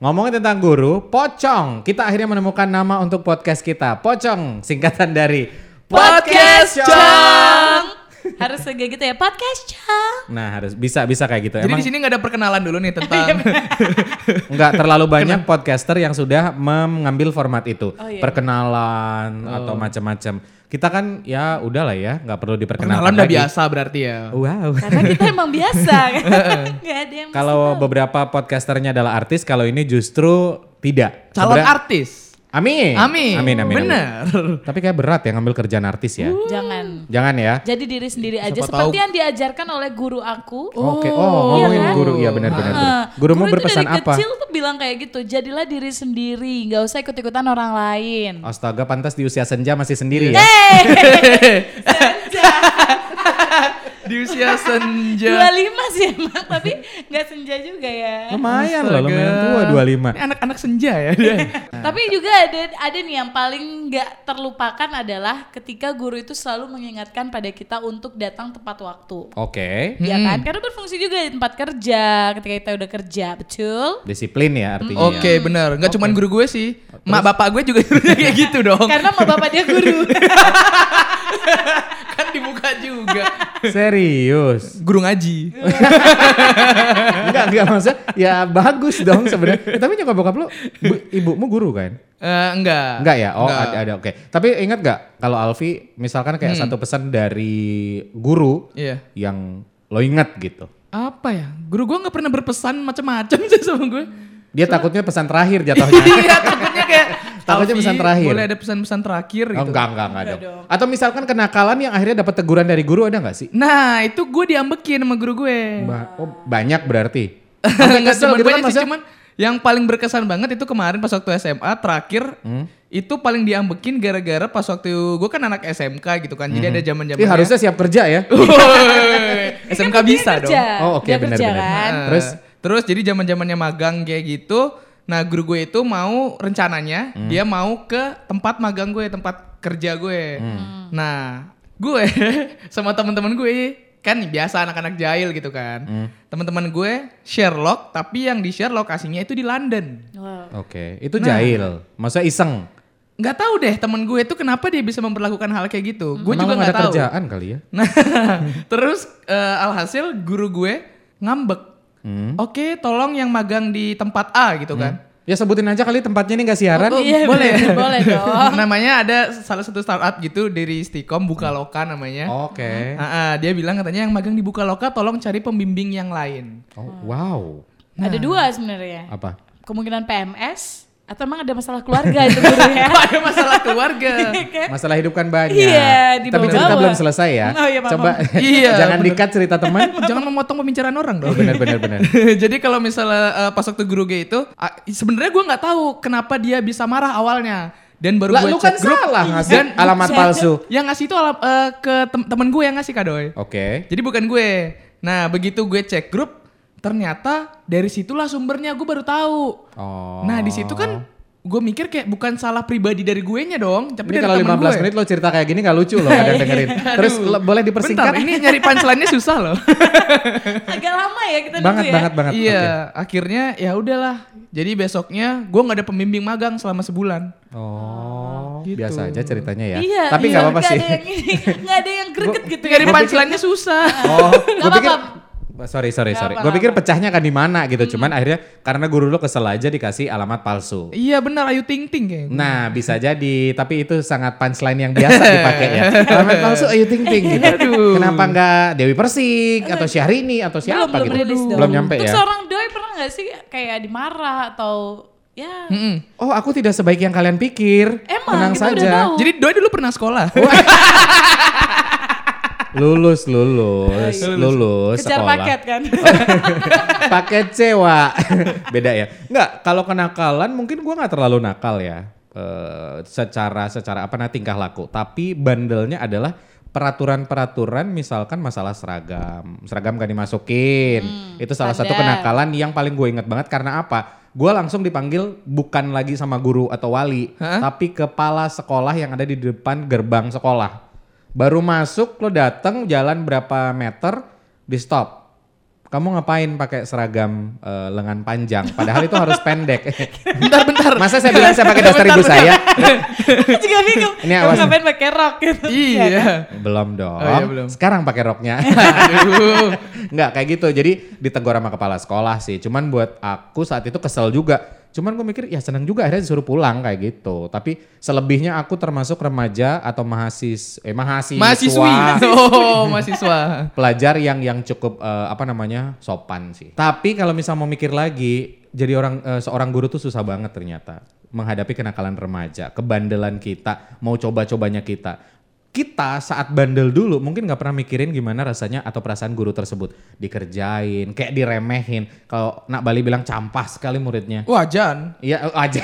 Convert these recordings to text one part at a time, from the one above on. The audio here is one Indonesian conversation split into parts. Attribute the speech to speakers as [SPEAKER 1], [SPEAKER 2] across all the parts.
[SPEAKER 1] Ngomongin tentang guru, pocong. Kita akhirnya menemukan nama untuk podcast kita. Pocong, singkatan dari
[SPEAKER 2] Podcast Cong. Harus kayak gitu ya, podcast Cong.
[SPEAKER 1] Nah, harus bisa bisa kayak gitu.
[SPEAKER 3] Jadi
[SPEAKER 1] Emang Iya,
[SPEAKER 3] di sini nggak ada perkenalan dulu nih tentang
[SPEAKER 1] nggak terlalu banyak podcaster yang sudah mengambil format itu.
[SPEAKER 2] Oh, iya.
[SPEAKER 1] Perkenalan
[SPEAKER 3] Oh.
[SPEAKER 1] atau macam-macam. Kita kan ya udahlah ya, nggak perlu diperkenalkan
[SPEAKER 3] perkenalan udah
[SPEAKER 1] lagi.
[SPEAKER 3] biasa berarti ya.
[SPEAKER 1] Wow.
[SPEAKER 2] Karena kita emang biasa kan. Gak ada yang
[SPEAKER 1] Kalau beberapa podcasternya adalah artis, kalau ini justru tidak.
[SPEAKER 3] Calon
[SPEAKER 1] Sebera-
[SPEAKER 3] artis.
[SPEAKER 1] Amin.
[SPEAKER 3] Amin.
[SPEAKER 1] Amin, amin.
[SPEAKER 3] Bener.
[SPEAKER 1] amin.
[SPEAKER 3] Uh.
[SPEAKER 1] Tapi kayak berat ya ngambil kerjaan artis ya.
[SPEAKER 2] jangan.
[SPEAKER 1] Jangan ya.
[SPEAKER 2] Jadi diri sendiri aja
[SPEAKER 3] Siapa
[SPEAKER 2] seperti
[SPEAKER 3] tahu.
[SPEAKER 2] yang diajarkan oleh guru aku.
[SPEAKER 1] Oke. Oh, ngomongin
[SPEAKER 2] Iya kan?
[SPEAKER 1] guru ya benar-benar. benar.
[SPEAKER 2] Eh,
[SPEAKER 1] Gurumu
[SPEAKER 2] guru itu
[SPEAKER 1] berpesan
[SPEAKER 2] dari
[SPEAKER 1] apa?
[SPEAKER 2] kecil tuh bilang kayak gitu, jadilah diri sendiri, nggak usah ikut-ikutan orang lain. Eh,
[SPEAKER 1] Astaga, pantas di usia senja masih sendiri ya.
[SPEAKER 2] Iya.
[SPEAKER 3] Di usia senja.
[SPEAKER 2] 25 sih emang, tapi nggak senja juga ya.
[SPEAKER 1] Lumayan loh,
[SPEAKER 3] Astaga.
[SPEAKER 1] lumayan tua 25.
[SPEAKER 3] Ini anak-anak senja ya
[SPEAKER 1] Iya.
[SPEAKER 3] dia.
[SPEAKER 2] Tapi juga ada ada nih yang paling nggak terlupakan adalah ketika guru itu selalu mengingatkan pada kita untuk datang tepat waktu.
[SPEAKER 1] Oke.
[SPEAKER 2] Ya
[SPEAKER 1] Hmm.
[SPEAKER 2] kan? Karena berfungsi juga di tempat kerja ketika kita udah kerja, betul?
[SPEAKER 1] Disiplin ya artinya.
[SPEAKER 3] Oke bener, nggak cuman guru gue sih, mak bapak gue juga gurunya kayak gitu
[SPEAKER 1] Oh.
[SPEAKER 3] dong.
[SPEAKER 1] Kan-
[SPEAKER 2] Karena mau bapak dia guru.
[SPEAKER 3] kan dibuka juga.
[SPEAKER 1] Serius.
[SPEAKER 3] Guru ngaji.
[SPEAKER 1] Enggak, enggak maksudnya ya bagus dong sebenarnya. Eh, tapi nyokap bokap lu bu- ibumu guru kan?
[SPEAKER 3] Eh, enggak.
[SPEAKER 1] Enggak ya? Oh,
[SPEAKER 3] Enggak.
[SPEAKER 1] ada ada oke. Tapi ingat gak kalau Alfi misalkan
[SPEAKER 2] Hmm.
[SPEAKER 1] kayak satu pesan dari guru
[SPEAKER 3] Iya.
[SPEAKER 1] yang lo ingat gitu.
[SPEAKER 3] Apa ya? Guru gue nggak pernah berpesan macam-macam sih sama gue.
[SPEAKER 1] Dia takutnya pesan terakhir jatuhnya.
[SPEAKER 3] Iya takutnya kayak.
[SPEAKER 1] Takutnya
[SPEAKER 3] "Alfi,
[SPEAKER 1] pesan terakhir."
[SPEAKER 3] Boleh ada pesan-pesan terakhir
[SPEAKER 1] Oh,
[SPEAKER 3] gitu.
[SPEAKER 1] enggak, enggak, enggak dong. Atau misalkan kenakalan yang akhirnya dapat teguran dari guru ada nggak sih?
[SPEAKER 3] Nah itu gue diambekin sama guru gue.
[SPEAKER 1] Ba- oh, banyak berarti. Sampai
[SPEAKER 3] Enggak
[SPEAKER 1] kesel
[SPEAKER 3] cuman
[SPEAKER 1] gitu kan
[SPEAKER 3] banyak sih,
[SPEAKER 1] maksudnya.
[SPEAKER 3] cuman yang paling berkesan banget itu kemarin pas waktu SMA terakhir
[SPEAKER 1] Hmm.
[SPEAKER 3] itu paling diambekin gara-gara pas waktu gue kan anak SMK gitu kan. Jadi ada zaman-zaman
[SPEAKER 1] Ih, Hmm. harusnya siap kerja ya.
[SPEAKER 3] Iya, SMK bisa dong.
[SPEAKER 1] Oh, oke, benar, benar.
[SPEAKER 2] kan?
[SPEAKER 3] Nah,
[SPEAKER 1] Terus?
[SPEAKER 3] Kan terus jadi zaman-zamannya magang kayak gitu. Nah, guru gue itu mau rencananya
[SPEAKER 1] Hmm.
[SPEAKER 3] dia mau ke tempat magang gue, tempat kerja gue.
[SPEAKER 1] Hmm.
[SPEAKER 3] Nah, gue sama teman-teman gue kan biasa anak-anak jahil gitu kan.
[SPEAKER 1] Hmm.
[SPEAKER 3] Teman-teman gue Sherlock, tapi yang di share lokasinya itu di London.
[SPEAKER 2] Wow.
[SPEAKER 1] Oke, itu
[SPEAKER 3] Nah.
[SPEAKER 1] jahil. Maksudnya iseng.
[SPEAKER 3] Nggak tahu deh teman gue itu kenapa dia bisa memperlakukan hal kayak gitu. Gue
[SPEAKER 1] Emang
[SPEAKER 3] juga
[SPEAKER 1] lu
[SPEAKER 3] nggak
[SPEAKER 1] ada
[SPEAKER 3] tahu.
[SPEAKER 1] kerjaan kali ya.
[SPEAKER 3] Nah, terus eh, alhasil guru gue ngambek.
[SPEAKER 1] Hmm.
[SPEAKER 3] Oke, tolong yang magang di tempat A gitu kan.
[SPEAKER 1] Ya sebutin aja kali tempatnya ini gak siaran.
[SPEAKER 3] Oh,
[SPEAKER 2] Iya,
[SPEAKER 3] boleh.
[SPEAKER 2] bener, boleh
[SPEAKER 1] Hmm. Oh.
[SPEAKER 2] dong.
[SPEAKER 3] namanya ada salah satu startup gitu dari Stikom Bukaloka namanya.
[SPEAKER 1] Oh, Oke.
[SPEAKER 3] Ah, ah, dia bilang katanya yang magang di Bukaloka tolong cari pembimbing yang lain.
[SPEAKER 1] Oh, wow. Nah.
[SPEAKER 2] Ada dua sebenarnya.
[SPEAKER 1] Apa?
[SPEAKER 2] Kemungkinan PMS atau emang ada masalah keluarga itu guru ya?
[SPEAKER 3] Kok ada masalah keluarga.
[SPEAKER 2] Iya kan?
[SPEAKER 1] Masalah hidup kan banyak.
[SPEAKER 2] Iya,
[SPEAKER 1] Tapi
[SPEAKER 2] dibawa-bawa.
[SPEAKER 1] cerita belum selesai ya.
[SPEAKER 2] Oh, iya, maaf,
[SPEAKER 1] Coba
[SPEAKER 3] maaf. Iya,
[SPEAKER 1] jangan
[SPEAKER 3] bener.
[SPEAKER 1] dikat cerita teman. Oh,
[SPEAKER 3] Jangan memotong pembicaraan orang dong.
[SPEAKER 1] Bener bener bener.
[SPEAKER 3] Jadi kalau misalnya eh, pas waktu guru gue itu ah, sebenarnya gue nggak tahu kenapa dia bisa marah awalnya dan baru
[SPEAKER 1] Lah
[SPEAKER 3] gue
[SPEAKER 1] lu
[SPEAKER 3] chat
[SPEAKER 1] kan
[SPEAKER 3] grup
[SPEAKER 1] salah ngasih
[SPEAKER 3] dan-
[SPEAKER 1] alamat
[SPEAKER 2] saya-
[SPEAKER 1] palsu.
[SPEAKER 3] yang ngasih itu alam, eh, ke tem- temen gue yang ngasih kadoy.
[SPEAKER 1] Oke.
[SPEAKER 3] Jadi bukan gue. Nah begitu gue cek grup, ternyata dari situlah sumbernya gue baru tahu.
[SPEAKER 1] Oh.
[SPEAKER 3] Nah di situ kan gue mikir kayak bukan salah pribadi dari gue nya dong, tapi
[SPEAKER 1] Ini
[SPEAKER 3] dari
[SPEAKER 1] kalau
[SPEAKER 3] temen
[SPEAKER 1] 15
[SPEAKER 3] gue. Iya.
[SPEAKER 1] menit lo cerita kayak gini gak lucu loh kadang dengerin. Terus
[SPEAKER 3] Aduh.
[SPEAKER 1] lo- boleh
[SPEAKER 3] Bentar,
[SPEAKER 1] dipersingkat?
[SPEAKER 3] ini nyari punchline-nya susah loh.
[SPEAKER 2] Agak lama ya kita nunggu
[SPEAKER 1] Banget
[SPEAKER 2] ya.
[SPEAKER 1] banget banget.
[SPEAKER 3] iya,
[SPEAKER 1] Oke.
[SPEAKER 3] akhirnya ya udahlah. Jadi besoknya gue nggak ada pembimbing magang selama sebulan.
[SPEAKER 1] Oh,
[SPEAKER 3] Gitu.
[SPEAKER 1] biasa aja ceritanya ya.
[SPEAKER 2] Iya,
[SPEAKER 1] Tapi nggak
[SPEAKER 2] iya,
[SPEAKER 1] apa-apa sih.
[SPEAKER 2] Ada yang ini, nggak ada yang greget gitu ya.
[SPEAKER 3] Nyari punchline-nya susah.
[SPEAKER 1] Oh, gue pikir
[SPEAKER 2] apa-apa.
[SPEAKER 1] sorry sorry sorry.
[SPEAKER 2] apa-apa.
[SPEAKER 1] Gue pikir pecahnya kan di mana gitu. Cuman akhirnya karena guru lo kesel aja dikasih alamat palsu.
[SPEAKER 3] Iya benar, Ayu Ting Ting kayaknya.
[SPEAKER 1] Nah, bisa jadi, tapi itu sangat punchline yang biasa dipakai ya. Alamat palsu Ayu Ting Ting gitu.
[SPEAKER 3] Aduh.
[SPEAKER 1] Kenapa nggak Dewi Persik atau Syahrini atau siapa
[SPEAKER 2] belum belum
[SPEAKER 1] gitu.
[SPEAKER 2] rilis dong.
[SPEAKER 1] belum nyampe ya.
[SPEAKER 2] Terus seorang doi pernah nggak sih kayak dimarah atau ya
[SPEAKER 3] Mm-mm.
[SPEAKER 1] Oh, aku tidak sebaik yang kalian pikir. Tenang
[SPEAKER 2] Emang, kita udah
[SPEAKER 1] saja.
[SPEAKER 2] tahu.
[SPEAKER 3] Jadi Doi dulu pernah sekolah.
[SPEAKER 1] Lulus, lulus, lulus sekolah.
[SPEAKER 2] kejar
[SPEAKER 1] Oh,
[SPEAKER 2] paket kan?
[SPEAKER 1] paket cewa beda ya nggak kalau kenakalan mungkin gua nggak terlalu nakal ya Eh, secara secara apa nah tingkah laku tapi bandelnya adalah peraturan-peraturan misalkan masalah seragam seragam gak dimasukin itu salah satu
[SPEAKER 2] Hmm, standar.
[SPEAKER 1] kenakalan yang paling gue inget banget karena apa gua langsung dipanggil bukan lagi sama guru atau wali tapi kepala sekolah yang ada di depan gerbang sekolah baru masuk lo datang jalan berapa meter di stop kamu ngapain pakai seragam eh, lengan panjang? Padahal itu harus pendek.
[SPEAKER 3] Bentar, bentar.
[SPEAKER 1] Masa saya bilang saya pakai daster ibu saya?
[SPEAKER 2] Aku juga bingung.
[SPEAKER 1] Ini
[SPEAKER 2] kamu
[SPEAKER 1] awas.
[SPEAKER 2] ngapain pakai rok gitu? Ya kan?
[SPEAKER 3] Iya.
[SPEAKER 1] Belum dong.
[SPEAKER 3] Oh iya, belum.
[SPEAKER 1] Sekarang pakai roknya.
[SPEAKER 3] Aduh.
[SPEAKER 1] Nggak kayak gitu. Jadi ditegur sama kepala sekolah sih. Cuman buat aku saat itu kesel juga. Cuman gue mikir ya seneng juga akhirnya disuruh pulang kayak gitu. Tapi selebihnya aku termasuk remaja atau mahasis eh mahasiswa.
[SPEAKER 3] Mahasiswi. Oh, mahasiswa.
[SPEAKER 1] pelajar yang yang cukup eh, apa namanya sopan sih. Tapi kalau misal mau mikir lagi, jadi orang eh, seorang guru tuh susah banget ternyata menghadapi kenakalan remaja, kebandelan kita, mau coba-cobanya kita. Kita saat bandel dulu mungkin nggak pernah mikirin gimana rasanya atau perasaan guru tersebut dikerjain, kayak diremehin. Kalau nak Bali bilang campah sekali muridnya.
[SPEAKER 3] Oh, Wajan.
[SPEAKER 1] Iya eh, aja.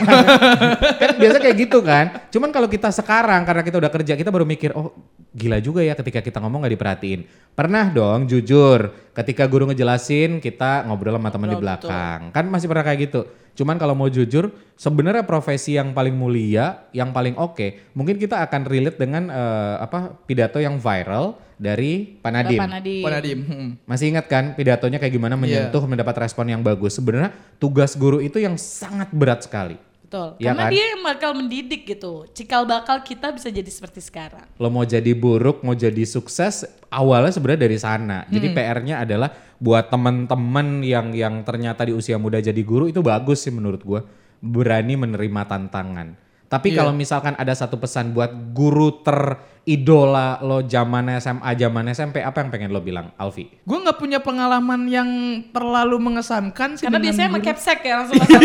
[SPEAKER 1] kan biasa kayak gitu kan. Cuman kalau kita sekarang karena kita udah kerja kita baru mikir oh gila juga ya ketika kita ngomong nggak diperhatiin. Pernah dong jujur ketika guru ngejelasin kita ngobrol sama teman di
[SPEAKER 2] Ngobrol, betul.
[SPEAKER 1] belakang. Kan masih pernah kayak gitu. Cuman kalau mau jujur sebenarnya profesi yang paling mulia, yang paling oke, mungkin kita akan relate dengan eh, apa pidato yang viral dari Panadim.
[SPEAKER 2] Bapak Nadiem.
[SPEAKER 3] Panadim. Hmm.
[SPEAKER 1] Masih ingat kan pidatonya kayak gimana menyentuh mendapat respon yang bagus. Sebenarnya tugas guru itu yang sangat berat sekali.
[SPEAKER 2] Betul.
[SPEAKER 1] Iya
[SPEAKER 2] Karena
[SPEAKER 1] kan?
[SPEAKER 2] dia yang bakal mendidik gitu. Cikal bakal kita bisa jadi seperti sekarang.
[SPEAKER 1] Lo mau jadi buruk, mau jadi sukses, awalnya sebenarnya dari sana. Jadi PR-nya adalah buat teman-teman yang yang ternyata di usia muda jadi guru itu bagus sih menurut gua. Berani menerima tantangan. Tapi kalau misalkan ada satu pesan buat guru teridola lo zaman SMA, zaman SMP, apa yang pengen lo bilang, Alfi?
[SPEAKER 3] Gue nggak punya pengalaman yang terlalu mengesankan sih.
[SPEAKER 2] Karena
[SPEAKER 3] dengan
[SPEAKER 2] biasanya
[SPEAKER 3] guru.
[SPEAKER 2] make capsek ya langsung masuk.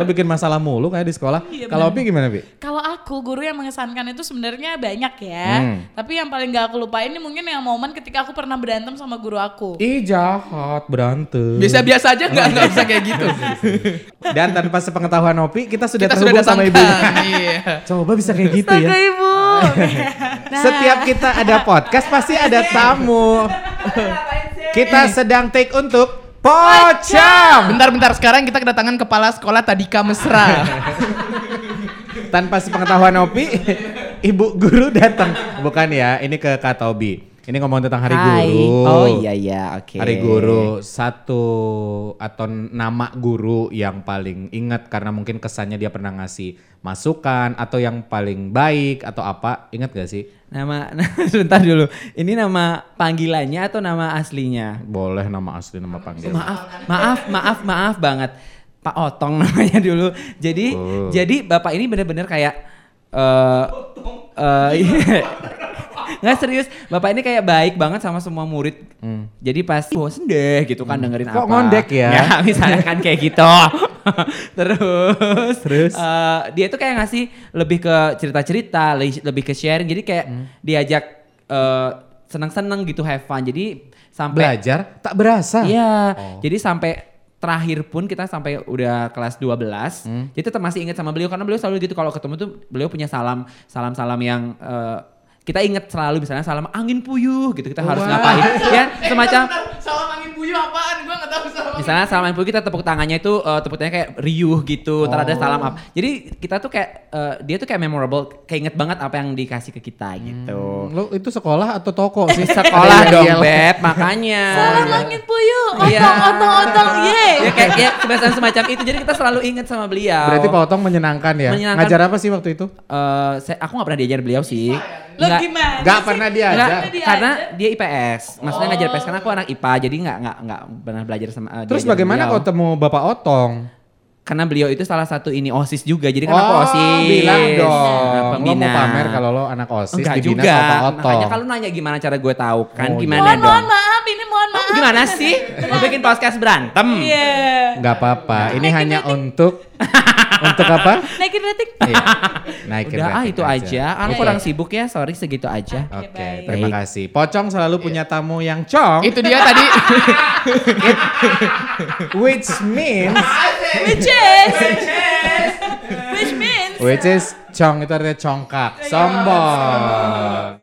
[SPEAKER 1] lo bikin masalah mulu kayak di sekolah.
[SPEAKER 2] Iya,
[SPEAKER 1] kalau Pi gimana, Pi?
[SPEAKER 2] Kalau aku guru yang mengesankan itu sebenarnya banyak ya.
[SPEAKER 1] Hmm.
[SPEAKER 2] Tapi yang paling gak aku lupain ini mungkin yang momen ketika aku pernah berantem sama guru aku.
[SPEAKER 1] Ih jahat berantem.
[SPEAKER 3] Biasa-biasa aja nggak nggak bisa kayak gitu.
[SPEAKER 1] Dan tanpa sepengetahuan Opi kita sudah
[SPEAKER 3] Kita sudah
[SPEAKER 1] terhubung sama ibu.
[SPEAKER 3] datangkan. Iya.
[SPEAKER 1] Coba bisa kayak gitu ya.
[SPEAKER 2] Astaga ibu. Nah,
[SPEAKER 1] Setiap kita ada podcast pasti ada tamu. Kita sedang take untuk Pocam.
[SPEAKER 3] Bentar-bentar sekarang kita kedatangan kepala sekolah Tadika Mesra.
[SPEAKER 1] Tanpa sepengetahuan Opi, ibu guru datang. Bukan ya, ini ke Kak Tobi. Ini ngomong tentang Hari
[SPEAKER 4] Hai.
[SPEAKER 1] Guru.
[SPEAKER 4] Oh iya iya, oke.
[SPEAKER 1] Hari Guru satu atau nama guru yang paling ingat karena mungkin kesannya dia pernah ngasih masukan atau yang paling baik atau apa ingat gak sih?
[SPEAKER 4] Nama sebentar dulu. Ini nama panggilannya atau nama aslinya?
[SPEAKER 1] Boleh nama asli nama panggil.
[SPEAKER 4] Maaf, maaf, maaf, maaf banget. Pak Otong namanya dulu. Jadi
[SPEAKER 1] Oh.
[SPEAKER 4] jadi Bapak ini benar-benar kayak eh eh, iya. Nggak serius, Bapak ini kayak baik banget sama semua murid. Jadi pasti bosen deh gitu kan
[SPEAKER 1] Hmm.
[SPEAKER 4] dengerin
[SPEAKER 1] Kok
[SPEAKER 4] apa.
[SPEAKER 1] ngondek ya?
[SPEAKER 4] Ya, misalnya kan kayak gitu. Terus
[SPEAKER 1] Terus?
[SPEAKER 4] eh, dia tuh kayak ngasih lebih ke cerita-cerita, le- lebih ke sharing. Jadi kayak
[SPEAKER 1] Hmm.
[SPEAKER 4] diajak eh, senang-senang gitu have fun. Jadi sampai
[SPEAKER 1] Belajar tak berasa.
[SPEAKER 4] Iya.
[SPEAKER 1] Oh.
[SPEAKER 4] Jadi sampai terakhir pun kita sampai udah kelas 12.
[SPEAKER 1] Hmm.
[SPEAKER 4] Jadi tetap masih ingat sama beliau karena beliau selalu gitu kalau ketemu tuh beliau punya salam salam-salam yang eh, kita ingat selalu misalnya salam angin puyuh gitu kita harus ngapain ya semacam
[SPEAKER 3] Salam angin puyuh apaan? Gue nggak tahu salam.
[SPEAKER 4] misalnya salam angin puyuh kita tepuk tangannya itu eh, tepuk tangannya kayak riuh gitu ntar
[SPEAKER 1] Oh.
[SPEAKER 4] ada salam apa jadi kita tuh kayak eh, dia tuh kayak memorable kayak inget banget apa yang dikasih ke kita gitu
[SPEAKER 1] Lo itu sekolah atau toko sih? Hmm.
[SPEAKER 4] sekolah
[SPEAKER 1] Ada
[SPEAKER 4] dong
[SPEAKER 1] yang yel.
[SPEAKER 4] beb makanya
[SPEAKER 2] Salam angin puyuh, otong,
[SPEAKER 4] eh, Iya.
[SPEAKER 2] otong, otong, yeay.
[SPEAKER 4] ya kayak ya, semacam semacam itu jadi kita selalu ingat sama beliau
[SPEAKER 1] Berarti Pak Otong menyenangkan ya.
[SPEAKER 4] Menyenangkan.
[SPEAKER 1] Ngajar apa sih waktu itu?
[SPEAKER 4] Eh, saya, aku nggak pernah diajar beliau sih
[SPEAKER 2] Lo
[SPEAKER 4] Nggak-
[SPEAKER 2] ya? gimana?
[SPEAKER 1] Gak
[SPEAKER 2] sih?
[SPEAKER 1] pernah diajar.
[SPEAKER 4] nggak,
[SPEAKER 2] Nggak diajar. Oh.
[SPEAKER 4] karena dia IPS maksudnya ngajar IPS karena aku anak IPA jadi nggak nggak nggak pernah belajar sama eh,
[SPEAKER 1] Terus
[SPEAKER 4] diajar
[SPEAKER 1] bagaimana
[SPEAKER 4] beliau.
[SPEAKER 1] kau ketemu Bapak Otong?
[SPEAKER 4] karena beliau itu salah satu ini osis juga jadi kan aku
[SPEAKER 1] Oh,
[SPEAKER 4] osis
[SPEAKER 1] bilang
[SPEAKER 4] Nah,
[SPEAKER 1] dong. Lo
[SPEAKER 4] pembina
[SPEAKER 1] mau pamer kalau lo anak OSIS
[SPEAKER 4] enggak
[SPEAKER 1] dibina
[SPEAKER 4] juga
[SPEAKER 1] sama Pak Otong.
[SPEAKER 4] makanya kalau nanya gimana cara gue tahu kan
[SPEAKER 1] Oh,
[SPEAKER 4] gimana
[SPEAKER 2] Mohon,
[SPEAKER 4] dong
[SPEAKER 2] mohon maaf, ini mohon maaf.
[SPEAKER 4] Kamu gimana sih mau bikin podcast berantem
[SPEAKER 2] Iya.
[SPEAKER 1] Nggak apa-apa.
[SPEAKER 4] Nah,
[SPEAKER 1] Ini
[SPEAKER 2] Naikin
[SPEAKER 1] hanya
[SPEAKER 2] rating.
[SPEAKER 1] untuk untuk apa?
[SPEAKER 2] Naikin rating.
[SPEAKER 1] Iya. Naikin
[SPEAKER 4] udah ah
[SPEAKER 1] rating
[SPEAKER 4] itu aja aku
[SPEAKER 1] Oke.
[SPEAKER 4] kurang sibuk ya sorry segitu aja
[SPEAKER 1] Oke,
[SPEAKER 2] Oke, baik.
[SPEAKER 1] terima kasih. Pocong selalu punya
[SPEAKER 4] Iya.
[SPEAKER 1] tamu yang cong,
[SPEAKER 3] Itu dia tadi.
[SPEAKER 1] which means,
[SPEAKER 2] Which is. Which means.
[SPEAKER 1] which is cong itu artinya congkak, sombong.